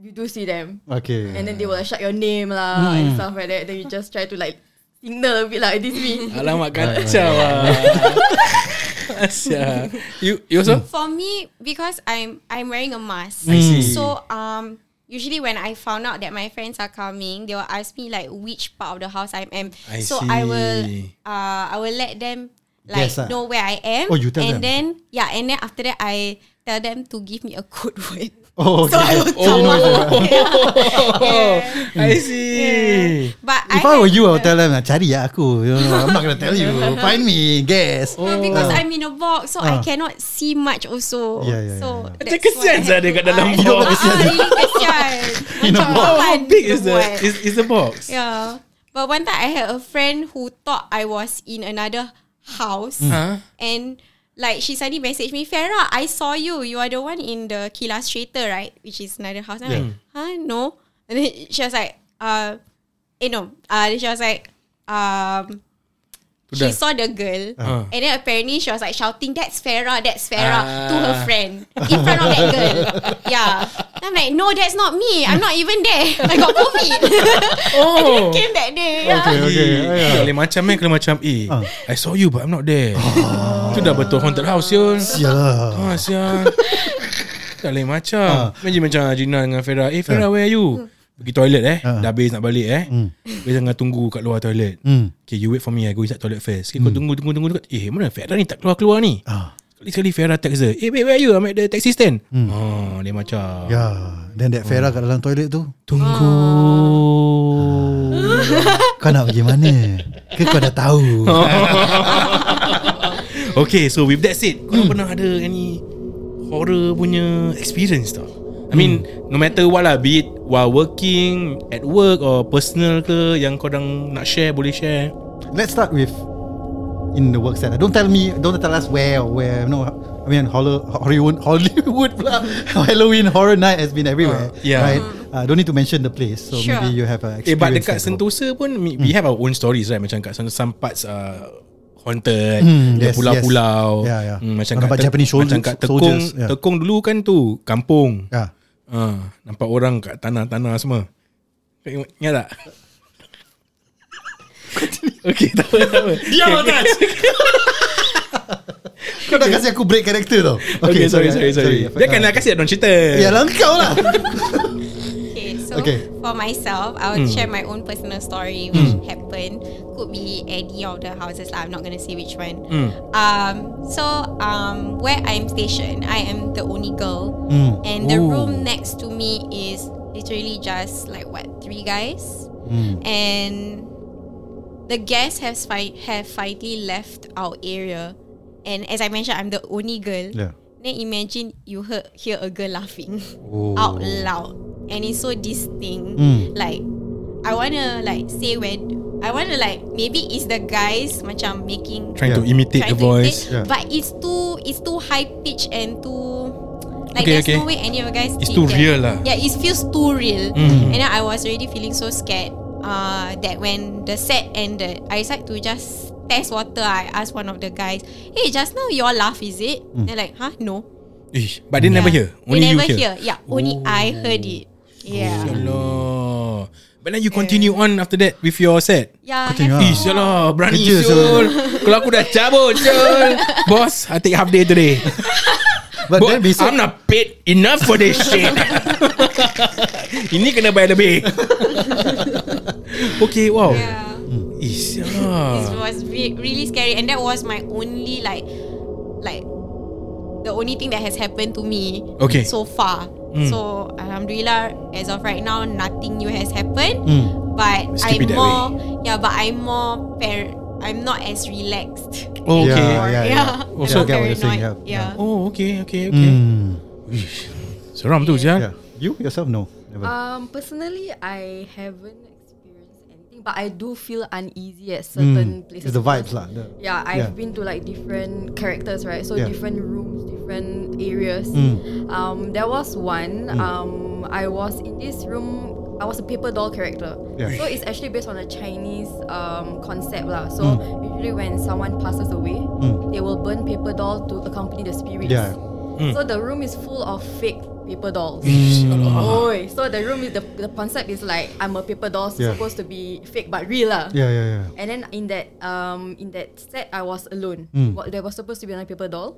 Speaker 4: you do see them.
Speaker 1: Okay.
Speaker 4: And then they will like, shout your name lah
Speaker 1: Hmm.
Speaker 4: and stuff like that. Then you just try to like signal a bit like this
Speaker 1: <laughs>
Speaker 4: me. <laughs>
Speaker 2: Alamak
Speaker 1: Ah,
Speaker 2: kacau lah. Asya. You, you also?
Speaker 1: Hmm.
Speaker 7: For me, because I'm I'm wearing a mask.
Speaker 2: I see.
Speaker 7: So um usually when I found out that my friends are coming, they will ask me like which part of the house I am.
Speaker 2: I
Speaker 7: so I will
Speaker 2: see.
Speaker 7: uh I will let them like
Speaker 1: Guess, ah.
Speaker 7: know where I
Speaker 1: Oh,
Speaker 7: am.
Speaker 1: you tell
Speaker 7: and
Speaker 1: them.
Speaker 7: then yeah, and then after that I tell them to give me a code <laughs> word.
Speaker 1: Oh, okay.
Speaker 7: So I will tell
Speaker 2: <laughs> Oh.
Speaker 7: yeah.
Speaker 2: I see.
Speaker 7: But
Speaker 1: Hmm. If I were you, I would tell them, cari lah aku. You know, I'm not going to tell you. Find me, guess.
Speaker 7: No, because I'm in a box, so
Speaker 1: Ah.
Speaker 7: I cannot see much also.
Speaker 1: Yeah, yeah,
Speaker 7: so
Speaker 1: yeah,
Speaker 2: Macam
Speaker 7: that's why
Speaker 2: kesian
Speaker 7: I
Speaker 2: sia
Speaker 7: had
Speaker 2: dia
Speaker 7: to
Speaker 2: kat dalam
Speaker 7: ask.
Speaker 2: box.
Speaker 7: Ah, really
Speaker 1: <laughs>
Speaker 7: kesian.
Speaker 1: In a box.
Speaker 7: Macam apa
Speaker 2: Oh, How
Speaker 7: kan
Speaker 2: big is
Speaker 7: dia
Speaker 2: the
Speaker 7: buat?
Speaker 2: is, is the box?
Speaker 7: Yeah. But one time I had a friend who thought I was in another house
Speaker 1: Hmm.
Speaker 2: Huh?
Speaker 7: and like she suddenly messaged me, Farah, I saw you. You are the one in the Kila Strater, right? Which is another house. And I'm like, huh? No. And then she was like, uh, eh no. Uh, then she was like, um, she
Speaker 2: Sudah.
Speaker 7: saw the girl
Speaker 2: Uh.
Speaker 7: and then apparently she was like shouting, that's Farah, that's Farah to her
Speaker 2: Ah.
Speaker 7: friend in front of that
Speaker 2: <laughs>
Speaker 7: girl. yeah. And I'm like, no, that's not me. I'm not even there. I got COVID. <laughs> I
Speaker 2: Oh.
Speaker 7: didn't came that day. Yeah.
Speaker 1: Okay, okay.
Speaker 2: Eh,
Speaker 1: Ah, yeah.
Speaker 2: Tak boleh macam eh Kena macam Eh
Speaker 1: Ah.
Speaker 2: I saw you but I'm not there Itu dah betul haunted house Yun
Speaker 1: Ya Sialah.
Speaker 2: Ah
Speaker 1: <laughs>
Speaker 2: sial Tak boleh
Speaker 1: Ah.
Speaker 2: macam Imagine macam Gina dengan Farah Eh Farah where are you Pergi toilet eh
Speaker 1: Ah.
Speaker 2: Dah habis nak balik eh Dia tengah tunggu kat luar toilet
Speaker 1: Hmm.
Speaker 2: Okay you wait for me I go inside toilet first Okay kau tunggu tunggu tunggu tunggu. Eh mana Farah ni tak keluar-keluar ni
Speaker 1: Ah,
Speaker 2: Sekali-sekali Farah text dia Eh babe where are you I'm at the taxi stand
Speaker 1: Hmm.
Speaker 2: Oh dia macam
Speaker 1: yeah. ya. Then that Farah kat dalam toilet tu,
Speaker 2: Tunggu
Speaker 1: kau nak pergi mana? Ke kau dah tahu?
Speaker 2: Okay so with that said Korang pernah ada any Horror punya experience tau I mean No matter what lah Be it while working At work Or personal ke Yang korang nak share Boleh share
Speaker 1: Let's start with in the work center. Don't tell me, don't tell us where or where. No, I mean horror, Hollywood, <laughs> Hollywood, pula. Halloween horror night has been everywhere.
Speaker 2: Uh, yeah.
Speaker 1: right. Uh, don't need to mention the place. So
Speaker 7: Sure.
Speaker 1: maybe you have a experience.
Speaker 2: Eh but dekat
Speaker 1: that-
Speaker 2: Sentosa pun We we have our own stories right Macam kat some, some parts uh, Haunted
Speaker 1: Hmm,
Speaker 2: ada
Speaker 1: yes, yes.
Speaker 2: Pulau-pulau
Speaker 1: Yeah, yeah.
Speaker 2: Hmm, Macam
Speaker 1: Nampak
Speaker 2: kat, Te-
Speaker 1: Japanese soldiers-
Speaker 2: macam kat Tekong
Speaker 1: soldiers, yeah.
Speaker 2: Tekong dulu kan tu Kampung <laughs>
Speaker 1: Yeah.
Speaker 2: Ah, nampak orang kat tanah-tanah semua. Kau ingat, ingat tak? okay, tak apa, tak apa.
Speaker 3: Diam lah guys
Speaker 1: Kau dah kasi aku break karakter tau.
Speaker 2: Okay, okay sorry, sorry, sorry. Dia kan nak kasih Adon cerita.
Speaker 1: Ya lah kau
Speaker 2: <laughs>
Speaker 1: lah.
Speaker 7: Okay, so
Speaker 1: Okay. Hmm.
Speaker 7: for myself, I will share my own personal story which happened. Could be any of the houses. lah. I'm not gonna say which one.
Speaker 1: Hmm.
Speaker 7: Um, so um, where I'm stationed, I am the only girl,
Speaker 1: Hmm.
Speaker 7: and the
Speaker 2: Ooh.
Speaker 7: room next to me is literally just like what three guys,
Speaker 1: Hmm.
Speaker 7: and the guests have fi- have finally left our area, and as I mentioned, I'm the only girl.
Speaker 1: Yeah.
Speaker 7: Then imagine you heard, hear a girl laughing out loud, and it's so distinct. Like I wanna like say when I wanna like maybe it's the guys macam making
Speaker 2: Trying to
Speaker 1: Yeah.
Speaker 2: imitate
Speaker 7: trying
Speaker 2: the
Speaker 7: to imitate,
Speaker 2: voice.
Speaker 1: Yeah.
Speaker 7: but it's too it's too high pitch and too like
Speaker 2: Okay,
Speaker 7: there's
Speaker 2: okay.
Speaker 7: no way any of you guys
Speaker 2: It's
Speaker 7: did
Speaker 2: too
Speaker 7: that.
Speaker 2: real lah.
Speaker 7: Yeah, it feels too real,
Speaker 2: Mm.
Speaker 7: and then I was already feeling so scared. Uh, that when the set ended, I decided to just test water. I asked one of the guys, "Hey, just now your laugh is it?" They're like, "Huh, no."
Speaker 2: Ish, but they Mm. never
Speaker 7: Yeah.
Speaker 2: hear. Only
Speaker 7: they
Speaker 2: you
Speaker 7: never
Speaker 2: hear. Oh.
Speaker 7: hear. Yeah, only I heard it. Yeah.
Speaker 2: Alah. But then you continue on after that with your set.
Speaker 7: Yeah,
Speaker 1: Continue
Speaker 7: have
Speaker 1: Ah.
Speaker 2: Ish, ya lah.
Speaker 7: fun.
Speaker 2: sialah, berani
Speaker 1: Kerja,
Speaker 7: <laughs>
Speaker 2: Syul. Kalau aku dah cabut, Syul. Boss, I take half day today.
Speaker 1: But then
Speaker 2: But
Speaker 1: besok
Speaker 2: I'm not paid enough for this <laughs> shit. Ini kena bayar lebih. <laughs> okay, wow.
Speaker 7: Yeah.
Speaker 2: Is ah.
Speaker 7: It was re- really scary, and that was my only like, like, the only thing that has happened to me.
Speaker 2: Okay.
Speaker 7: So far. So alhamdulillah, as of right now, nothing new has happened. But
Speaker 2: Let's keep
Speaker 7: I'm
Speaker 2: it that
Speaker 7: more, yeah. But I'm more par- I'm not as relaxed.
Speaker 2: Oh, Okay.
Speaker 1: Yeah, yeah,
Speaker 7: yeah. <laughs>
Speaker 1: yeah.
Speaker 7: So
Speaker 1: I get what you're saying,
Speaker 7: paranoid.
Speaker 1: yeah, Mm.
Speaker 7: Yeah.
Speaker 2: Oh, okay, okay, okay. Ish. Seram tu,
Speaker 1: Yeah.
Speaker 2: Jan.
Speaker 1: You yourself no. Never.
Speaker 4: Um, personally, I haven't experienced anything, but I do feel uneasy at certain places.
Speaker 1: it's Hmm. the vibes lah. the-
Speaker 4: Yeah, I've
Speaker 1: Yeah.
Speaker 4: been to like different characters, right? So
Speaker 1: Yeah. Mm.
Speaker 4: different rooms, different areas. Um, there was one. Um, I was in this room. I was a paper doll character.
Speaker 1: Yeah.
Speaker 4: So it's actually based on a Chinese um, concept lah. So
Speaker 1: Mm.
Speaker 4: usually when someone passes away, they will burn paper doll to accompany the spirits.
Speaker 1: Yeah.
Speaker 4: So the room is full of fake paper dolls.
Speaker 1: Mm.
Speaker 4: Oi, so the room is the, the concept is like I'm a paper doll so
Speaker 1: Yeah.
Speaker 4: supposed to be fake but real lah.
Speaker 1: Yeah, yeah, yeah.
Speaker 4: And then in that um in that set I was alone.
Speaker 1: Hmm.
Speaker 4: Wa- There was supposed to be another paper doll.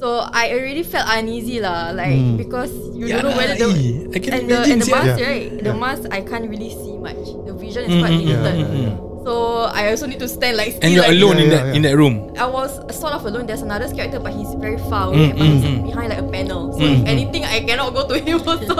Speaker 4: So I already felt uneasy lah, like
Speaker 1: Hmm.
Speaker 4: because you
Speaker 2: Yeah
Speaker 4: don't know whether
Speaker 2: lah,
Speaker 4: the
Speaker 2: eh. I can
Speaker 4: and the,
Speaker 2: imagine
Speaker 4: and the
Speaker 2: sia.
Speaker 4: mask
Speaker 1: Yeah. Hmm,
Speaker 4: right, the mask I can't really see much. The vision is quite
Speaker 1: Yeah,
Speaker 4: limited.
Speaker 1: yeah, yeah.
Speaker 4: So I also need to stand like
Speaker 2: And
Speaker 4: still
Speaker 2: you're
Speaker 4: like
Speaker 2: alone in
Speaker 1: Yeah,
Speaker 2: that
Speaker 1: yeah,
Speaker 2: in that room.
Speaker 4: I was sort of alone. There's another character, but he's very far away.
Speaker 1: Hmm,
Speaker 4: but he's
Speaker 2: hmm,
Speaker 4: behind like a panel. So if anything, I cannot go to him <laughs> also.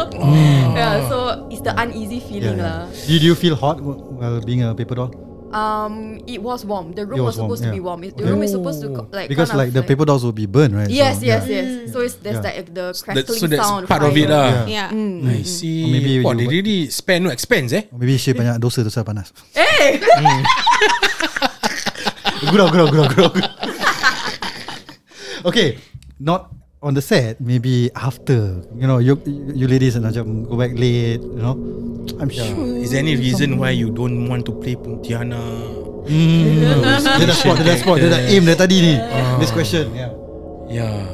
Speaker 4: Yeah, so it's the uneasy
Speaker 1: Yeah,
Speaker 4: feeling
Speaker 1: Hmm. yeah.
Speaker 4: lah.
Speaker 1: Did you feel hot wh- while being a paper doll?
Speaker 4: Um, it was warm. The
Speaker 1: It
Speaker 4: room
Speaker 1: was
Speaker 4: was,
Speaker 1: warm,
Speaker 4: supposed to
Speaker 1: yeah.
Speaker 4: be warm. It-
Speaker 1: Okay.
Speaker 4: The room is supposed to co- like
Speaker 1: Because
Speaker 4: kind
Speaker 1: like
Speaker 4: of
Speaker 1: the paper dolls would be burned, right?
Speaker 4: Yes,
Speaker 1: So,
Speaker 4: yes,
Speaker 1: yeah.
Speaker 4: yes. So it's there's
Speaker 1: Yeah.
Speaker 4: like the
Speaker 2: That,
Speaker 4: crackling
Speaker 2: so that's
Speaker 4: sound.
Speaker 2: part of it
Speaker 4: fire.
Speaker 2: lah.
Speaker 7: Yeah.
Speaker 2: I see.
Speaker 1: Or maybe
Speaker 2: Maybe Wah,
Speaker 1: you-
Speaker 2: they really spend no expense eh.
Speaker 1: Or maybe she banyak dosa dosa
Speaker 4: <laughs>
Speaker 1: panas. Hmm.
Speaker 4: Hey,
Speaker 1: <laughs> Gurau, gurau, gurau, gurau. <laughs> okay, not on the set. Maybe after, you know, you you ladies and macam go back late, you know. I'm sure.
Speaker 2: Is there any reason why you don't want to play Pontiana?
Speaker 1: Dia dah spot, dia dah spot, dia dah aim dari tadi ni. This question, yeah.
Speaker 2: Yeah.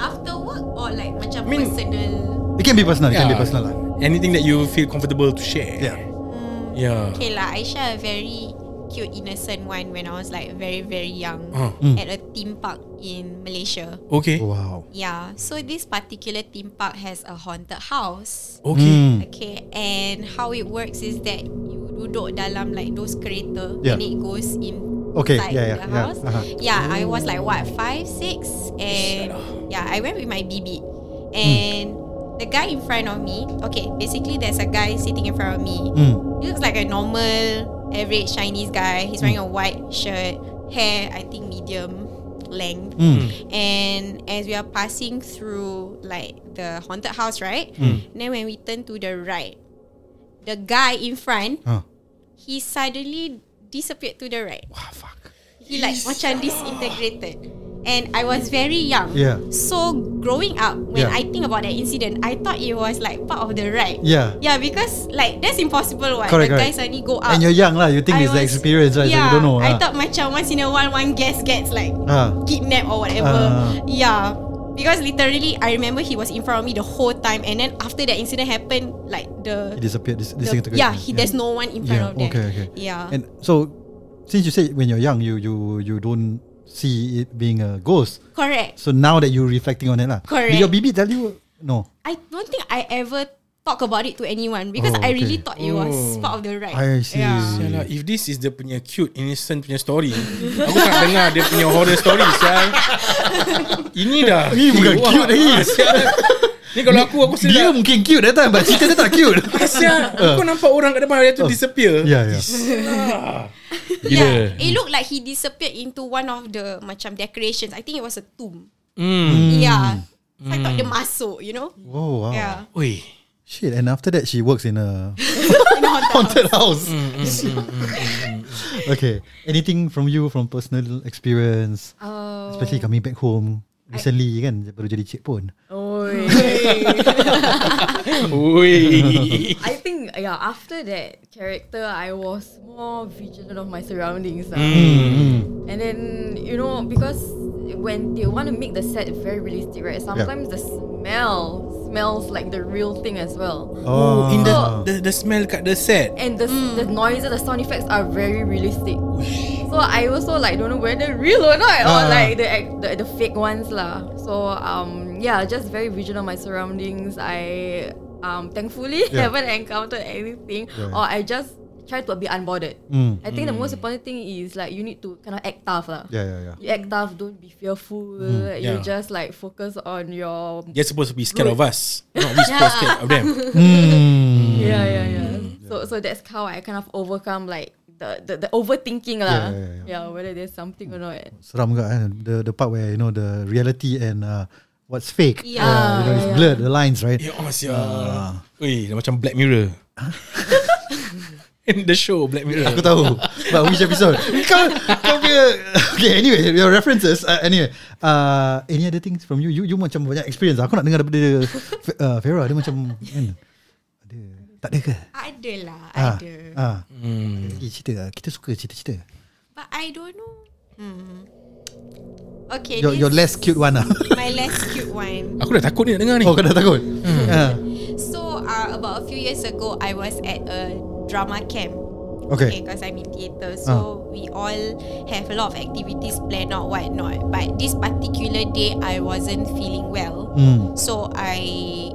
Speaker 7: After work or like macam
Speaker 2: mean-
Speaker 7: personal.
Speaker 1: It can be personal, it can be
Speaker 2: Yeah.
Speaker 1: personal lah.
Speaker 2: Anything that you feel comfortable to share.
Speaker 1: Yeah.
Speaker 2: Yeah.
Speaker 7: Okay lah, I share a very cute innocent one when I was like very very young
Speaker 2: Oh.
Speaker 7: at a theme park in Malaysia.
Speaker 2: Okay.
Speaker 1: Wow.
Speaker 7: Yeah, so this particular theme park has a haunted house.
Speaker 2: Okay.
Speaker 1: Mm.
Speaker 7: Okay, and how it works is that you duduk dalam like those kereta
Speaker 1: Yeah.
Speaker 7: and it goes in
Speaker 1: Okay,
Speaker 7: inside
Speaker 1: yeah, yeah,
Speaker 7: the
Speaker 1: yeah,
Speaker 7: house.
Speaker 1: uh-huh.
Speaker 7: Yeah, I was like what five, six, and yeah, I went with my BB,
Speaker 1: Hmm.
Speaker 7: and the guy in front of me. Okay, basically there's a guy sitting in front of me.
Speaker 1: Mm.
Speaker 7: He looks like a normal, average Chinese guy. He's
Speaker 1: Hmm.
Speaker 7: wearing a white shirt, hair I think medium length.
Speaker 1: Mm.
Speaker 7: And as we are passing through like the haunted house, right?
Speaker 1: Hmm.
Speaker 7: Then when we turn to the right, the guy in front,
Speaker 1: Huh.
Speaker 7: he suddenly disappeared to the right.
Speaker 1: Ah,
Speaker 7: Wow, fuck. He like macam disintegrated. And I was very young.
Speaker 1: Yeah.
Speaker 7: So growing up, when
Speaker 1: Yeah.
Speaker 7: I think about that incident, I thought it was like part of the right.
Speaker 1: Yeah.
Speaker 7: Yeah, because like that's impossible. What
Speaker 1: Correct,
Speaker 7: the
Speaker 1: correct.
Speaker 7: guy suddenly go up.
Speaker 1: And you're young lah. You think
Speaker 7: Ah, I
Speaker 1: it's the
Speaker 7: was-
Speaker 1: experience, right? so you
Speaker 7: Yeah,
Speaker 1: don't know. ah.
Speaker 7: I thought macam once in a while, one guest gets like
Speaker 1: Ah.
Speaker 7: kidnapped or whatever.
Speaker 1: Ah.
Speaker 7: yeah. Because literally, I remember he was in front of me the whole time, and then after that incident happened, like the,
Speaker 1: He disappeared. This, this
Speaker 7: the
Speaker 1: thing took
Speaker 7: yeah,
Speaker 1: it.
Speaker 7: he, there's no one in front
Speaker 1: Yeah,
Speaker 7: of them.
Speaker 1: okay, okay.
Speaker 7: Yeah.
Speaker 1: And so, since you say when you're young, you you you don't see it being a ghost.
Speaker 7: Correct.
Speaker 1: So now that you're reflecting on it, lah. Did
Speaker 7: Correct.
Speaker 1: your BB tell you no?
Speaker 7: I don't think I ever talk about it to anyone because
Speaker 1: Oh,
Speaker 7: I really
Speaker 1: okay.
Speaker 7: thought it was part of the right.
Speaker 1: I see.
Speaker 7: Yeah.
Speaker 2: Sial lah, if this is the punya cute innocent punya story, aku nak dengar dia punya horror story sial. Ini dah.
Speaker 1: Ini bukan
Speaker 2: Wah,
Speaker 1: cute lagi.
Speaker 2: sial. Ni kalau aku aku
Speaker 1: Dia Ah.
Speaker 2: sedap.
Speaker 1: mungkin cute that time, but cerita dia tak
Speaker 7: <laughs>
Speaker 1: cute.
Speaker 2: Sial, aku nampak orang kat depan dia
Speaker 1: Ah.
Speaker 2: tu disappear.
Speaker 1: yeah, yeah.
Speaker 7: Yeah. It looked like he disappeared into one of the macam decorations. I think it was a tomb.
Speaker 2: Hmm.
Speaker 7: Yeah. So I thought dia masuk, you know?
Speaker 1: Oh wow.
Speaker 7: Yeah.
Speaker 2: Oi.
Speaker 1: Shit. And after that, she works in a
Speaker 7: In a haunted house.
Speaker 1: haunted house. <laughs> okay. Anything from you from personal experience,
Speaker 4: Oh.
Speaker 1: especially coming back home recently kan baru jadi cik pun. <laughs>
Speaker 4: Oi.
Speaker 2: Oi.
Speaker 4: I think yeah. After that character, I was more vigilant of my surroundings. lah.
Speaker 1: Mm. Hmm.
Speaker 2: Mm,
Speaker 4: And then you know because when they want to make the set very realistic, right? Sometimes the smell smells like the real thing as well.
Speaker 2: Oh, in the,
Speaker 1: Ah.
Speaker 2: the the smell kat the set.
Speaker 1: Mm.
Speaker 4: And the, the noises, the sound effects are very realistic. So I also like don't know whether real or not or
Speaker 1: Ah.
Speaker 4: like the, act- the the fake ones lah. So um yeah, just very vigilant on my surroundings. I um thankfully
Speaker 1: Yeah.
Speaker 4: <laughs> haven't encountered anything
Speaker 1: Yeah.
Speaker 4: or I just try to be unbothered.
Speaker 1: Mm.
Speaker 4: I think the most important thing is like you need to kind of act tough lah.
Speaker 1: Yeah, Mm. yeah, yeah.
Speaker 4: You act tough, don't be fearful. You
Speaker 2: Yeah.
Speaker 4: just like focus on your
Speaker 2: They're supposed to be scared
Speaker 4: Rude.
Speaker 2: of us, not we supposed to be scared
Speaker 1: <laughs>
Speaker 2: of them.
Speaker 1: Mm. <laughs>
Speaker 4: yeah, yeah, yeah. So so that's how I kind of overcome like the the, the overthinking lah.
Speaker 1: yeah, yeah.
Speaker 4: whether there's something or not.
Speaker 1: Seram juga eh? the, the part where you know the reality and uh, what's fake. you
Speaker 7: Yeah.
Speaker 1: know, it's
Speaker 4: Yeah, yeah.
Speaker 1: blurred, the lines, right?
Speaker 2: Eh, oh, sia.
Speaker 1: Ah.
Speaker 2: Ui, dah macam
Speaker 1: <laughs>
Speaker 2: Black Mirror. In the show Black Mirror.
Speaker 1: Aku tahu But which episode Kau Kau punya Okay anyway Your references uh, Anyway uh, Any other things from you You you macam banyak experience Aku nak dengar daripada F- uh, Farah Dia macam kan? Ada Tak ada ke
Speaker 7: Ada lah,
Speaker 1: Ah,
Speaker 7: ada.
Speaker 1: ah.
Speaker 2: Hmm.
Speaker 1: Eh, cerita lah. Kita suka cerita-cerita
Speaker 7: But I don't know. Hmm. Okay,
Speaker 1: your,
Speaker 7: this
Speaker 1: your less cute one lah
Speaker 7: is my less cute one.
Speaker 2: Aku dah takut ni nak dengar ni.
Speaker 1: Oh kau dah takut Ah,
Speaker 7: So, uh, about a few years ago, I was at a drama camp.
Speaker 1: Okay Ah.
Speaker 7: because I'm in theatre. So we all have a lot of activities planned out, whatnot. But this particular day, I wasn't feeling well.
Speaker 1: Mm.
Speaker 7: So I,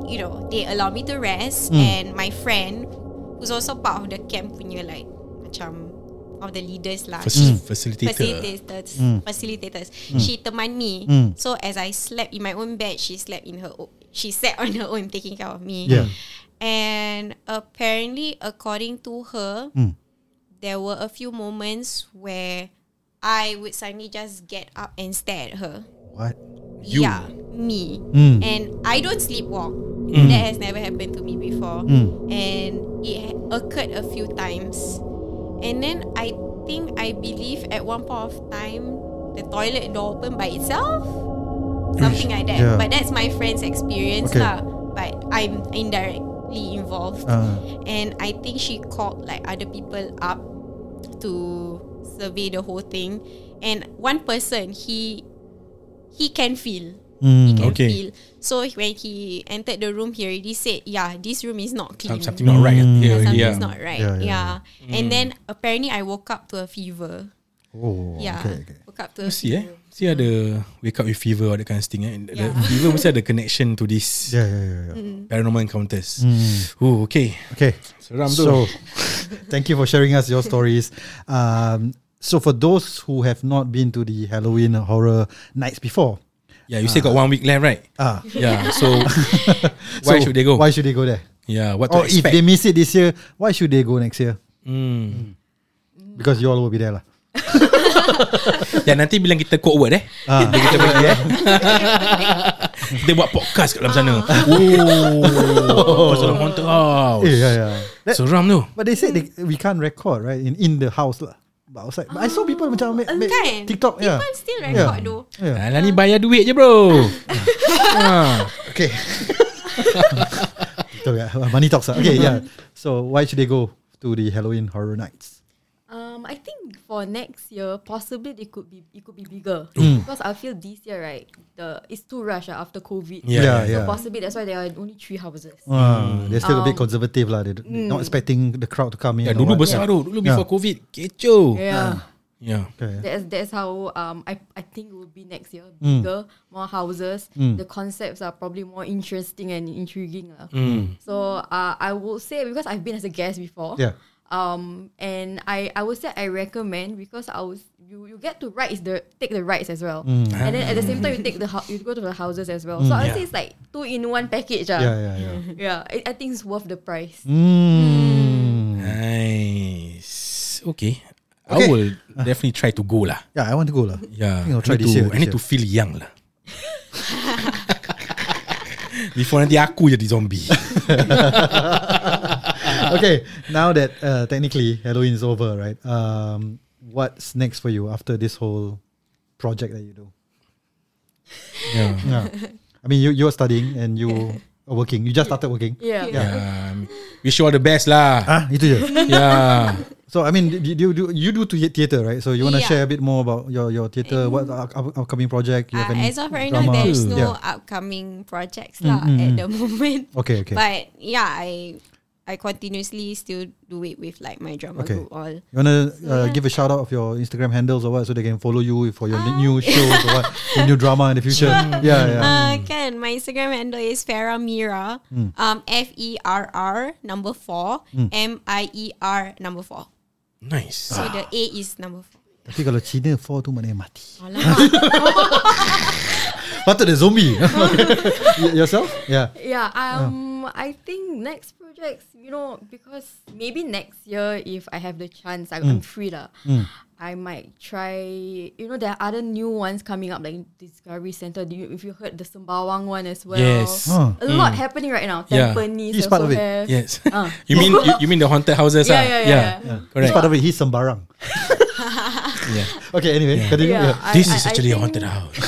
Speaker 7: you know, they allowed me to rest,
Speaker 1: Hmm.
Speaker 7: and my friend, who's also part of the camp, punya like, macam of the leaders lah.
Speaker 2: Faci- Facilitator.
Speaker 7: Facilitators, facilitators. She teman me. So as I slept in my own bed, she slept in her. o- She sat <laughs> on her own, taking care of me.
Speaker 1: Yeah.
Speaker 7: And apparently, according to her, there were a few moments where I would suddenly just get up and stare at her.
Speaker 1: What
Speaker 2: You.
Speaker 7: Yeah, me.
Speaker 1: Mm.
Speaker 7: And I don't sleepwalk. That has never happened to me before. And it ha- occurred a few times. And then I think I believe at one point of time the toilet door opened by itself. Something like that.
Speaker 1: Yeah.
Speaker 7: But that's my friend's experience
Speaker 1: Okay.
Speaker 7: lah. But I'm indirectly involved.
Speaker 1: Ah,
Speaker 7: And I think she called like other people up to survey the whole thing. And one person he he can feel.
Speaker 1: Mm,
Speaker 7: He can
Speaker 2: Okay.
Speaker 7: feel. So when he entered the room, he already said, "Yeah, this room is not clean.
Speaker 2: Some- Something Mm. not right.
Speaker 7: Yeah,
Speaker 2: Yeah,
Speaker 7: something's
Speaker 2: yeah.
Speaker 7: not right.
Speaker 1: Yeah,
Speaker 7: Yeah."
Speaker 1: yeah,
Speaker 7: And then apparently I woke up to a fever.
Speaker 1: Oh
Speaker 7: Yeah,
Speaker 1: okay, okay.
Speaker 7: woke up to a
Speaker 2: See eh.
Speaker 7: fever.
Speaker 2: See ada wake up with fever or that kind of thing eh. The- the
Speaker 7: Yeah.
Speaker 2: <laughs> Fever mesti ada connection to this
Speaker 1: Yeah yeah yeah, yeah.
Speaker 2: paranormal encounters.
Speaker 1: Hmm.
Speaker 2: Oh, okay.
Speaker 1: Okay.
Speaker 2: Seram tu.
Speaker 1: so, <laughs> thank you for sharing us your stories. Um, so, for those who have not been to the Halloween horror nights before,
Speaker 2: Yeah, you say got one week left, right?
Speaker 1: ah,
Speaker 2: Yeah.
Speaker 1: <laughs>
Speaker 2: So
Speaker 1: so
Speaker 2: <laughs> why should they go?
Speaker 1: Why should they go there?
Speaker 2: Yeah, what
Speaker 1: Or
Speaker 2: to
Speaker 1: if they
Speaker 2: expect?
Speaker 1: miss it this year, why should they go next year?
Speaker 2: Hmm.
Speaker 1: Because you all will be there,
Speaker 2: <laughs>
Speaker 1: lah.
Speaker 2: Dan nanti bila kita code word eh
Speaker 1: Ah.
Speaker 2: Bila kita pergi eh Kita buat podcast kat dalam sana
Speaker 1: Ah.
Speaker 2: Oh Pasal haunted house
Speaker 1: Eh, <laughs> yeah, yeah. That-
Speaker 2: Seram tu
Speaker 1: but they said they, we can't record right in, in the house, lah. But outside, but I saw people
Speaker 2: Oh,
Speaker 1: macam make,
Speaker 2: um,
Speaker 1: make
Speaker 7: Kan?
Speaker 1: TikTok, yeah.
Speaker 7: People still record
Speaker 1: Yeah.
Speaker 7: though.
Speaker 1: Yeah.
Speaker 2: Alah ni bayar duit je
Speaker 1: <laughs>
Speaker 2: bro ha.
Speaker 1: Okay. TikTok, yeah. Money talks, lah.
Speaker 2: <laughs>
Speaker 1: Okay, yeah. So, why should they go to the Halloween horror nights?
Speaker 4: Um, I think for next year, possibly it could be it could be bigger
Speaker 1: Mm.
Speaker 4: because I feel this year right, the it's too rush ah, after COVID.
Speaker 2: Yeah,
Speaker 1: Yeah,
Speaker 4: So
Speaker 1: yeah.
Speaker 4: possibly that's why there are only three houses.
Speaker 1: Ah,
Speaker 2: Hmm.
Speaker 1: They're still a bit
Speaker 4: Um, hmm.
Speaker 1: conservative lah. They they're not expecting the crowd to come in.
Speaker 2: Ya
Speaker 1: or
Speaker 2: dulu
Speaker 1: what.
Speaker 2: besar tu Dulu
Speaker 1: Yeah.
Speaker 2: before covid Kecoh
Speaker 4: Yeah,
Speaker 2: Ya
Speaker 1: Okay.
Speaker 4: that's that's how um I I think it will be next year
Speaker 1: Mm.
Speaker 4: bigger, more houses. The concepts are probably more interesting and intriguing lah.
Speaker 2: Hmm.
Speaker 4: So uh, I would say because I've been as a guest before.
Speaker 1: Mm. Yeah.
Speaker 4: Um, and I, I would say I recommend because I was you, you get to ride is the take the rides as well,
Speaker 1: Mm.
Speaker 4: and then at the same time you take the hou- you go to the houses as well. so I would say it's like two in one package. ah.
Speaker 1: Yeah, yeah, yeah.
Speaker 4: Yeah, I, I think it's worth the price.
Speaker 1: Mm.
Speaker 4: Hmm.
Speaker 2: Nice Okay I
Speaker 1: Okay.
Speaker 2: will definitely try to go lah
Speaker 1: Yeah, I want to go lah.
Speaker 2: Yeah,
Speaker 1: think I'll try
Speaker 2: I need
Speaker 1: this
Speaker 2: to,
Speaker 1: year,
Speaker 2: I need
Speaker 1: this
Speaker 2: to feel young lah. Before nanti aku jadi zombie.
Speaker 1: okay, now that uh, technically Halloween is over, right? Um, what's next for you after this whole project that you do?
Speaker 2: yeah.
Speaker 1: Yeah. I mean, you you're studying and you are working. You just started working.
Speaker 4: Yeah.
Speaker 2: Um, wish you all the best lah.
Speaker 1: Ah, itu je.
Speaker 2: Yeah.
Speaker 1: So I mean, you do you, you do to theater, right? So you wanna
Speaker 7: Yeah. Mm.
Speaker 1: share a bit more about your your theater, what up- up- upcoming project you have?
Speaker 7: Uh,
Speaker 1: any
Speaker 7: as of right now,
Speaker 1: drama?
Speaker 7: there's no
Speaker 1: Hmm, Yeah. Hmm,
Speaker 7: upcoming projects lah at the <laughs> moment.
Speaker 1: Okay, okay.
Speaker 7: But yeah, I I I continuously still do it with like my drama
Speaker 1: Okay.
Speaker 7: group all.
Speaker 1: You wanna uh,
Speaker 7: yeah.
Speaker 1: give a shout out of your Instagram handles or what, so they can follow you for your
Speaker 7: Ah.
Speaker 1: new shows
Speaker 7: <laughs>
Speaker 1: or what, your new drama in the future. Yeah, yeah.
Speaker 7: Uh, kan, my Instagram handle is Farah Mira.
Speaker 1: Hmm.
Speaker 7: Um, F E R R number four, M I E R number four.
Speaker 2: Nice.
Speaker 7: So the A is number four.
Speaker 1: Tapi kalau Cina 4 tu maknanya mati.
Speaker 7: Alamak.
Speaker 1: <laughs> Patut dia zombie. <laughs> Y- Yourself? Yeah.
Speaker 4: Yeah, um, I think next projects, you know, because maybe next year if I have the chance, I,
Speaker 2: Mm.
Speaker 4: I'm free lah. I might try. You know, there are other new ones coming up, like Discovery Center. Do you, if you heard the Sembawang one as well,
Speaker 2: Yes. Mm.
Speaker 1: Oh.
Speaker 4: a lot happening right now.
Speaker 2: Yeah.
Speaker 4: Tampines
Speaker 1: He's
Speaker 4: also
Speaker 1: part of it.
Speaker 4: have.
Speaker 2: Yes.
Speaker 4: Ah.
Speaker 2: you mean you, you mean the haunted houses? ah?
Speaker 4: Yeah, yeah, yeah, yeah.
Speaker 1: He's
Speaker 2: Correct.
Speaker 1: part of it. He's sembarang.
Speaker 2: <laughs> Yeah.
Speaker 1: Okay, anyway. Continue.
Speaker 4: Yeah,
Speaker 1: Yeah.
Speaker 4: I-
Speaker 2: This
Speaker 4: I-
Speaker 2: is
Speaker 4: I
Speaker 2: actually a
Speaker 4: think,
Speaker 2: haunted ah. house.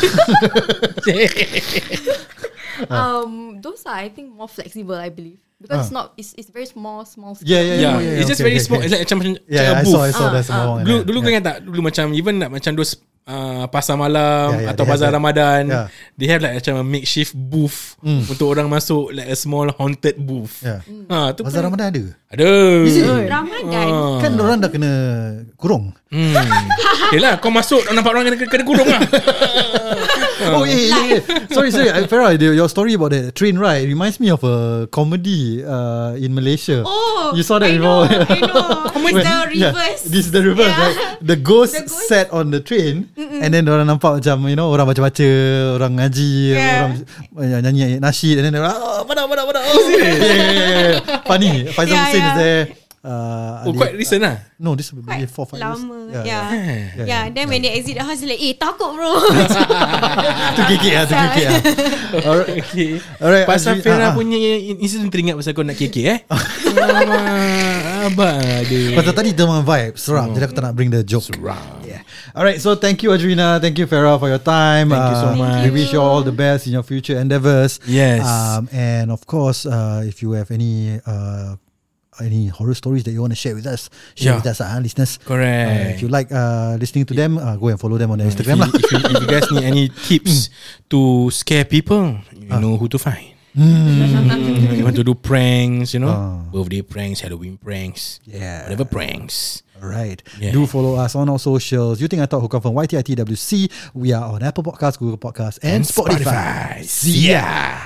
Speaker 1: Ah.
Speaker 4: Um, those are I think more flexible. I believe because it's not. It's, it's very small, small. Scale.
Speaker 1: Yeah, yeah, yeah.
Speaker 2: Ah. yeah,
Speaker 1: yeah,
Speaker 2: it's just
Speaker 1: okay,
Speaker 2: very
Speaker 1: okay,
Speaker 2: small.
Speaker 1: okay.
Speaker 2: It's like macam macam
Speaker 1: Yeah, yeah,
Speaker 2: a
Speaker 1: I
Speaker 2: booth.
Speaker 1: saw, I saw
Speaker 4: Ah,
Speaker 1: that sembarang.
Speaker 2: Dulu
Speaker 1: and
Speaker 2: dulu
Speaker 1: that.
Speaker 2: kau ingat tak dulu macam even like, macam those uh, pasar malam
Speaker 1: Yeah, yeah,
Speaker 2: atau
Speaker 1: Ya, they have
Speaker 2: bazar
Speaker 1: that. Ya.
Speaker 2: Ramadan
Speaker 1: Yeah.
Speaker 2: they have like macam a makeshift booth
Speaker 1: Hmm.
Speaker 2: untuk orang masuk like a small haunted booth.
Speaker 1: Yeah.
Speaker 2: Ha,
Speaker 1: Ya.
Speaker 2: tu
Speaker 1: Bazar
Speaker 2: pun-
Speaker 1: Ramadan ada ke?
Speaker 2: Ada.
Speaker 1: Is it?
Speaker 2: Oh.
Speaker 7: Ramadan.
Speaker 1: Kan orang dah kena
Speaker 7: <laughs>
Speaker 1: kurung.
Speaker 2: Hmm. Yelah kau masuk nampak orang kena kena kurung
Speaker 1: <laughs>
Speaker 2: lah.
Speaker 1: Oh, yeah, yeah, yeah. Sorry, sorry. I- Farah, the- your story about the train ride reminds me of a comedy uh, in Malaysia.
Speaker 7: Oh,
Speaker 1: You saw that
Speaker 7: I
Speaker 1: before.
Speaker 7: Know, I
Speaker 1: <laughs>
Speaker 7: know.
Speaker 1: Wait,
Speaker 7: It's the
Speaker 1: yeah,
Speaker 7: reverse.
Speaker 1: this is the reverse,
Speaker 7: Yeah.
Speaker 1: right? The ghost,
Speaker 7: The ghost.
Speaker 1: sat on the train and then orang nampak macam you know orang baca-baca, orang ngaji,
Speaker 7: Yeah.
Speaker 1: orang uh, nyanyi nasyid and then orang oh, pada pada pada. Oh, serious? yeah, yeah, yeah, yeah. Funny. Faizal
Speaker 7: Yeah,
Speaker 1: Hussein is
Speaker 7: yeah.
Speaker 1: there. Uh,
Speaker 2: oh,
Speaker 1: Ali-
Speaker 2: quite recent lah.
Speaker 1: No, this is maybe
Speaker 7: Quite
Speaker 1: four five years.
Speaker 7: lama. Yeah. Yeah.
Speaker 1: Yeah,
Speaker 7: Then when they exit the house, they're like, eh, takut bro.
Speaker 1: <laughs> Tu kikik lah, tu kikik lah. Alright.
Speaker 2: Okay.
Speaker 1: Alright,
Speaker 2: Pasal
Speaker 1: Azri-
Speaker 2: Fira
Speaker 1: ah, ah.
Speaker 2: punya incident teringat pasal kau nak kekek
Speaker 1: <laughs>
Speaker 2: eh. Alamak, abang ada.
Speaker 1: Pasal tadi demam vibe Seram
Speaker 2: Oh.
Speaker 1: Jadi aku tak nak bring the joke Seram yeah. Alright so thank you Adrina Thank you Farah for your time
Speaker 2: Thank you so
Speaker 1: Uh,
Speaker 2: much.
Speaker 1: We wish you all the best In your future endeavours
Speaker 2: Yes.
Speaker 1: And of course uh, If you have any uh, any horror stories that you want to share with us, share
Speaker 2: Yeah.
Speaker 1: with us, uh, listeners. Uh, if
Speaker 2: Correct.
Speaker 1: you like uh, listening to them, uh, go and follow them on their
Speaker 2: If
Speaker 1: Instagram. lah.
Speaker 2: you, if, you, if you guys need any tips to scare people, you know who to find. Ah. Mm, Ah. you want to do pranks, you know, birthday pranks, Halloween pranks,
Speaker 1: Yeah.
Speaker 2: whatever pranks.
Speaker 1: Alright.
Speaker 2: Yeah.
Speaker 1: Do follow us on our socials. You think I thought who come from YTITWC. We are on Apple Podcasts, Google Podcasts, and,
Speaker 2: And
Speaker 1: Spotify.
Speaker 2: Spotify.
Speaker 1: See ya.